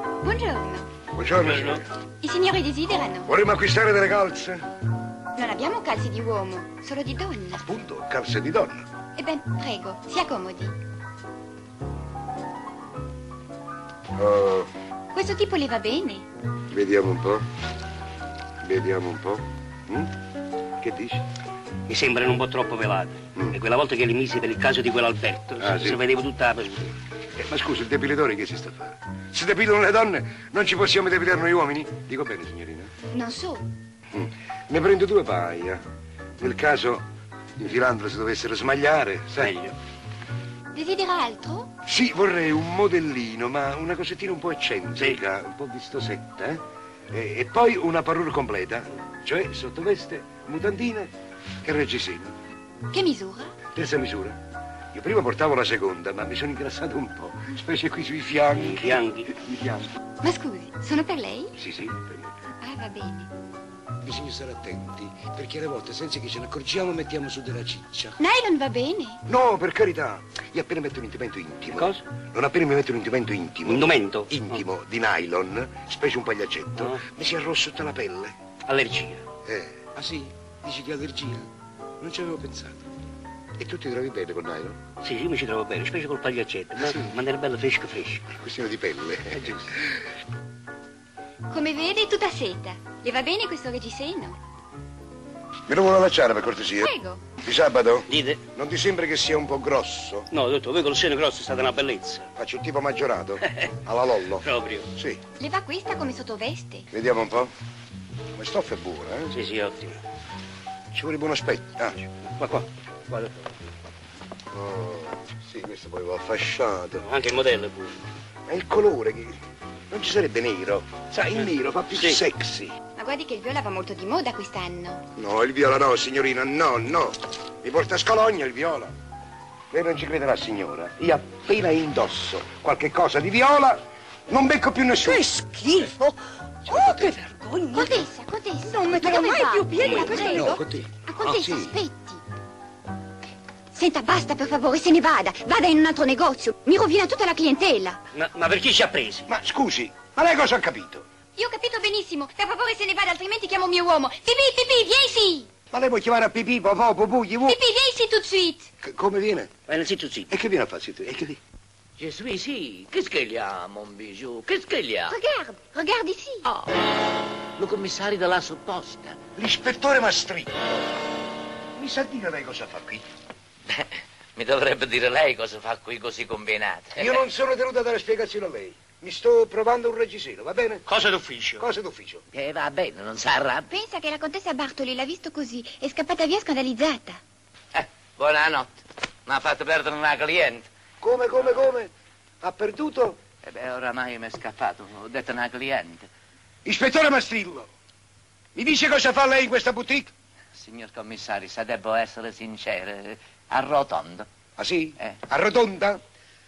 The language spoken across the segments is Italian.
Buongiorno. Buongiorno, Buongiorno. signore. I signori desiderano. Vorremmo acquistare delle calze? Non abbiamo calze di uomo, solo di donna. Appunto, calze di donna. E ben, prego, si accomodi. Oh, Questo tipo le va bene? vediamo un po'. Vediamo un po'. Mm? Che dici? Mi sembrano un po' troppo velate. Mm. E quella volta che li misi per il caso di quell'Alberto, Ah, si, sì. si vedevo tutta la peluria. Eh, ma scusa, il depilatore che si sta a fare? Se depilano le donne, non ci possiamo depilare noi uomini? Dico bene, signorina. Non so. Mm. Ne prendo due paia. Nel caso, infilandole, se dovessero smagliare, sai? Meglio. Desidera altro? Sì, vorrei un modellino, ma una cosettina un po' eccentrica, un po' vistosetta, eh? E, e poi una parure completa, cioè sottoveste, mutandine e reggiseno. Che misura? Terza misura. Io prima portavo la seconda, ma mi sono ingrassato un po', specie qui sui fianchi. I fianchi. I fianchi. Ma scusi, sono per lei? Sì, sì, per me. Ah, va bene. Bisogna stare attenti, perché alle volte senza che ce ne accorgiamo mettiamo su della ciccia. Nylon va bene? No, per carità. Io appena metto un indumento intimo. Cosa? Non appena mi metto un indumento intimo. Un indumento? Ah. Intimo, di nylon, specie un pagliaccetto, Ah. mi si arrossa tutta la pelle. Allergia. Eh. Ah sì? Dici di allergia? Non ci avevo pensato. E tu ti trovi bene con nylon? Sì, io mi ci trovo bene, specie col pagliaccetto, ma Sì. Eh, ma nel bello fresco fresco. Questione di pelle. Eh, È giusto. Come vede, è tutta seta. Le va bene questo reggiseno? Me lo vuole lasciare per cortesia? Prego. Di sabato? Dite? Non ti sembra che sia un po' grosso? No, dottore, voi col seno grosso è stata una bellezza. Faccio il tipo maggiorato? Alla Lollo? Proprio. Sì, Le va questa come sottoveste? vediamo un po'. Come stoffa è buona, eh? Sì, sì, ottimo. Ci vuole buon aspetto. Ah, Ma qua, qua, dottore. oh, sì, questo poi va affasciato. Anche il modello è buono. È il colore che... Non ci sarebbe nero. Sai, il nero fa più Sì. sexy. Ma guardi che il viola va molto di moda quest'anno. No, il viola no, signorina, no, no. Mi porta a scologna il viola. Lei non ci crederà, signora. Io appena indosso qualche cosa di viola, non becco più nessuno. Che schifo! Oh, che vergogna! Contessa, contessa. Non metterò ma dove mai va? più piede in Ma questo prego. No, con te. Ma contessa, Ah, sì. aspetti. Senta, basta per favore, se ne vada. Vada in un altro negozio. Mi rovina tutta la clientela. Ma, ma per chi ci ha presi? Ma scusi, ma lei cosa ha capito? Io ho capito benissimo. Per favore, se ne vada, altrimenti chiamo mio uomo. Pipì, pipì, vieni sì. Ma lei può chiamare a pipì, popò, popù, gli vuoi? Pipì, vieni sì tout de suite. C- Come viene? Ma innanzitutto zitto. E che viene a farsi tu? E che viene? Gesù, sì, qu'est-ce qu'il y a, mon bijou? Qu'est-ce qu'il y a? Regarde, regarde ici. Ah, lo commissario della sottosta. L'ispettore Mastrini. Mi sa dire lei cosa fa qui? Beh, mi dovrebbe dire lei cosa fa qui così combinate. Io non sono tenuto a dare spiegazioni a lei. Mi sto provando un reggiseno, va bene? Cosa d'ufficio? Cose d'ufficio. Eh, va bene, non si arrabbia. Pensa che la contessa Bartoli l'ha visto così. È scappata via scandalizzata. Eh, buonanotte. Mi ha fatto perdere una cliente. Come, come, come? Ha perduto? E Eh beh, oramai mi è scappato, ho detto una cliente. Ispettore Mastrillo, mi dice cosa fa lei in questa boutique? Signor commissario, se devo essere sincero, eh, arrotondo. Ah sì? Eh. A Rotonda?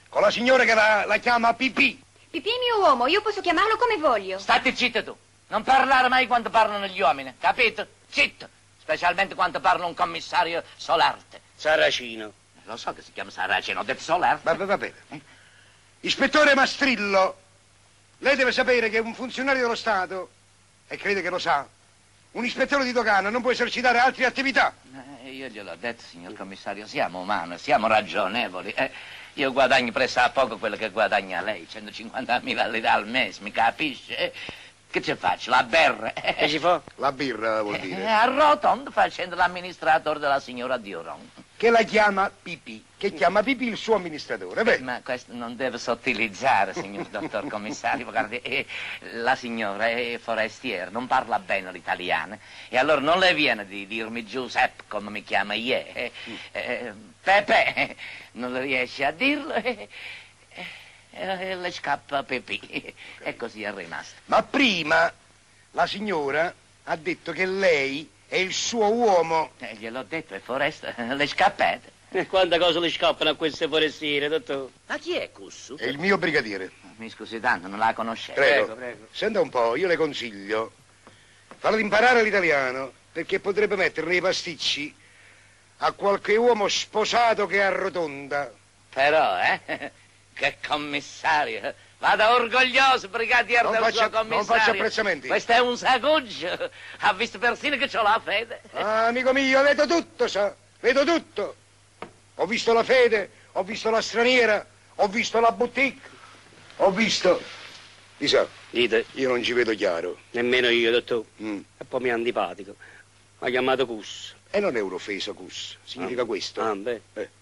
Con la signora che la, la chiama Pipì. Pipì è mio uomo, io posso chiamarlo come voglio. State zitto tu. Non parlare mai quando parlano gli uomini, capito? Zitto. Specialmente quando parla un commissario Solarte. Saracino. Lo so che si chiama Saraceno, ho detto Solarte. Va, va- va bene. Ispettore Mastrillo, lei deve sapere che un funzionario dello Stato, e crede che lo sa, un ispettore di dogana non può esercitare altre attività. Eh, io gliel'ho detto, signor commissario, siamo umani, siamo ragionevoli. Eh, io guadagno presso a poco quello che guadagna lei, 150.000 lire al mese, mi capisce? Eh, che ci faccio, la berra? Che si fa? La birra vuol Eh, arrotondo facendo l'amministratore della signora Dioron. Che la chiama Pipì, che chiama Pipì il suo amministratore. Beh, Ma questo non deve sottilizzare, signor dottor commissario, guardi, eh, la signora è forestiera, non parla bene l'italiano, e allora non le viene di dirmi Giuseppe, come mi chiama io, eh, eh, Pepe, eh, non le riesce a dirlo, e le scappa Pepì, e così è rimasto. ma prima la signora ha detto che lei è il suo uomo. Eh, gliel'ho detto, è foresta, le scappate. Eh, Quante cose le scappano a queste forestiere, dottore? Ma chi è Cussu? È il mio brigadiere. Mi scusi tanto, non la conoscevo. Prego. Prego, prego. Senta un po', io le consiglio. Farlo imparare l'italiano, perché potrebbe mettere nei pasticci a qualche uomo sposato che arrotonda. Però, eh, che commissario, Vada orgoglioso, brigadier Non del faccia- suo non commissario. faccia apprezzamenti. Questo è un saguggio. Ha visto persino che c'ho la fede. Ah, amico mio, vedo tutto, sa, vedo tutto. Ho visto la fede, ho visto la straniera, ho visto la boutique, ho visto... Di sa, Dite, io non ci vedo chiaro. nemmeno io, dottore. Mm. E poi mi è antipatico. Ha chiamato Cus. E non è un'offesa, Cus, significa questo. Ah, beh. Eh.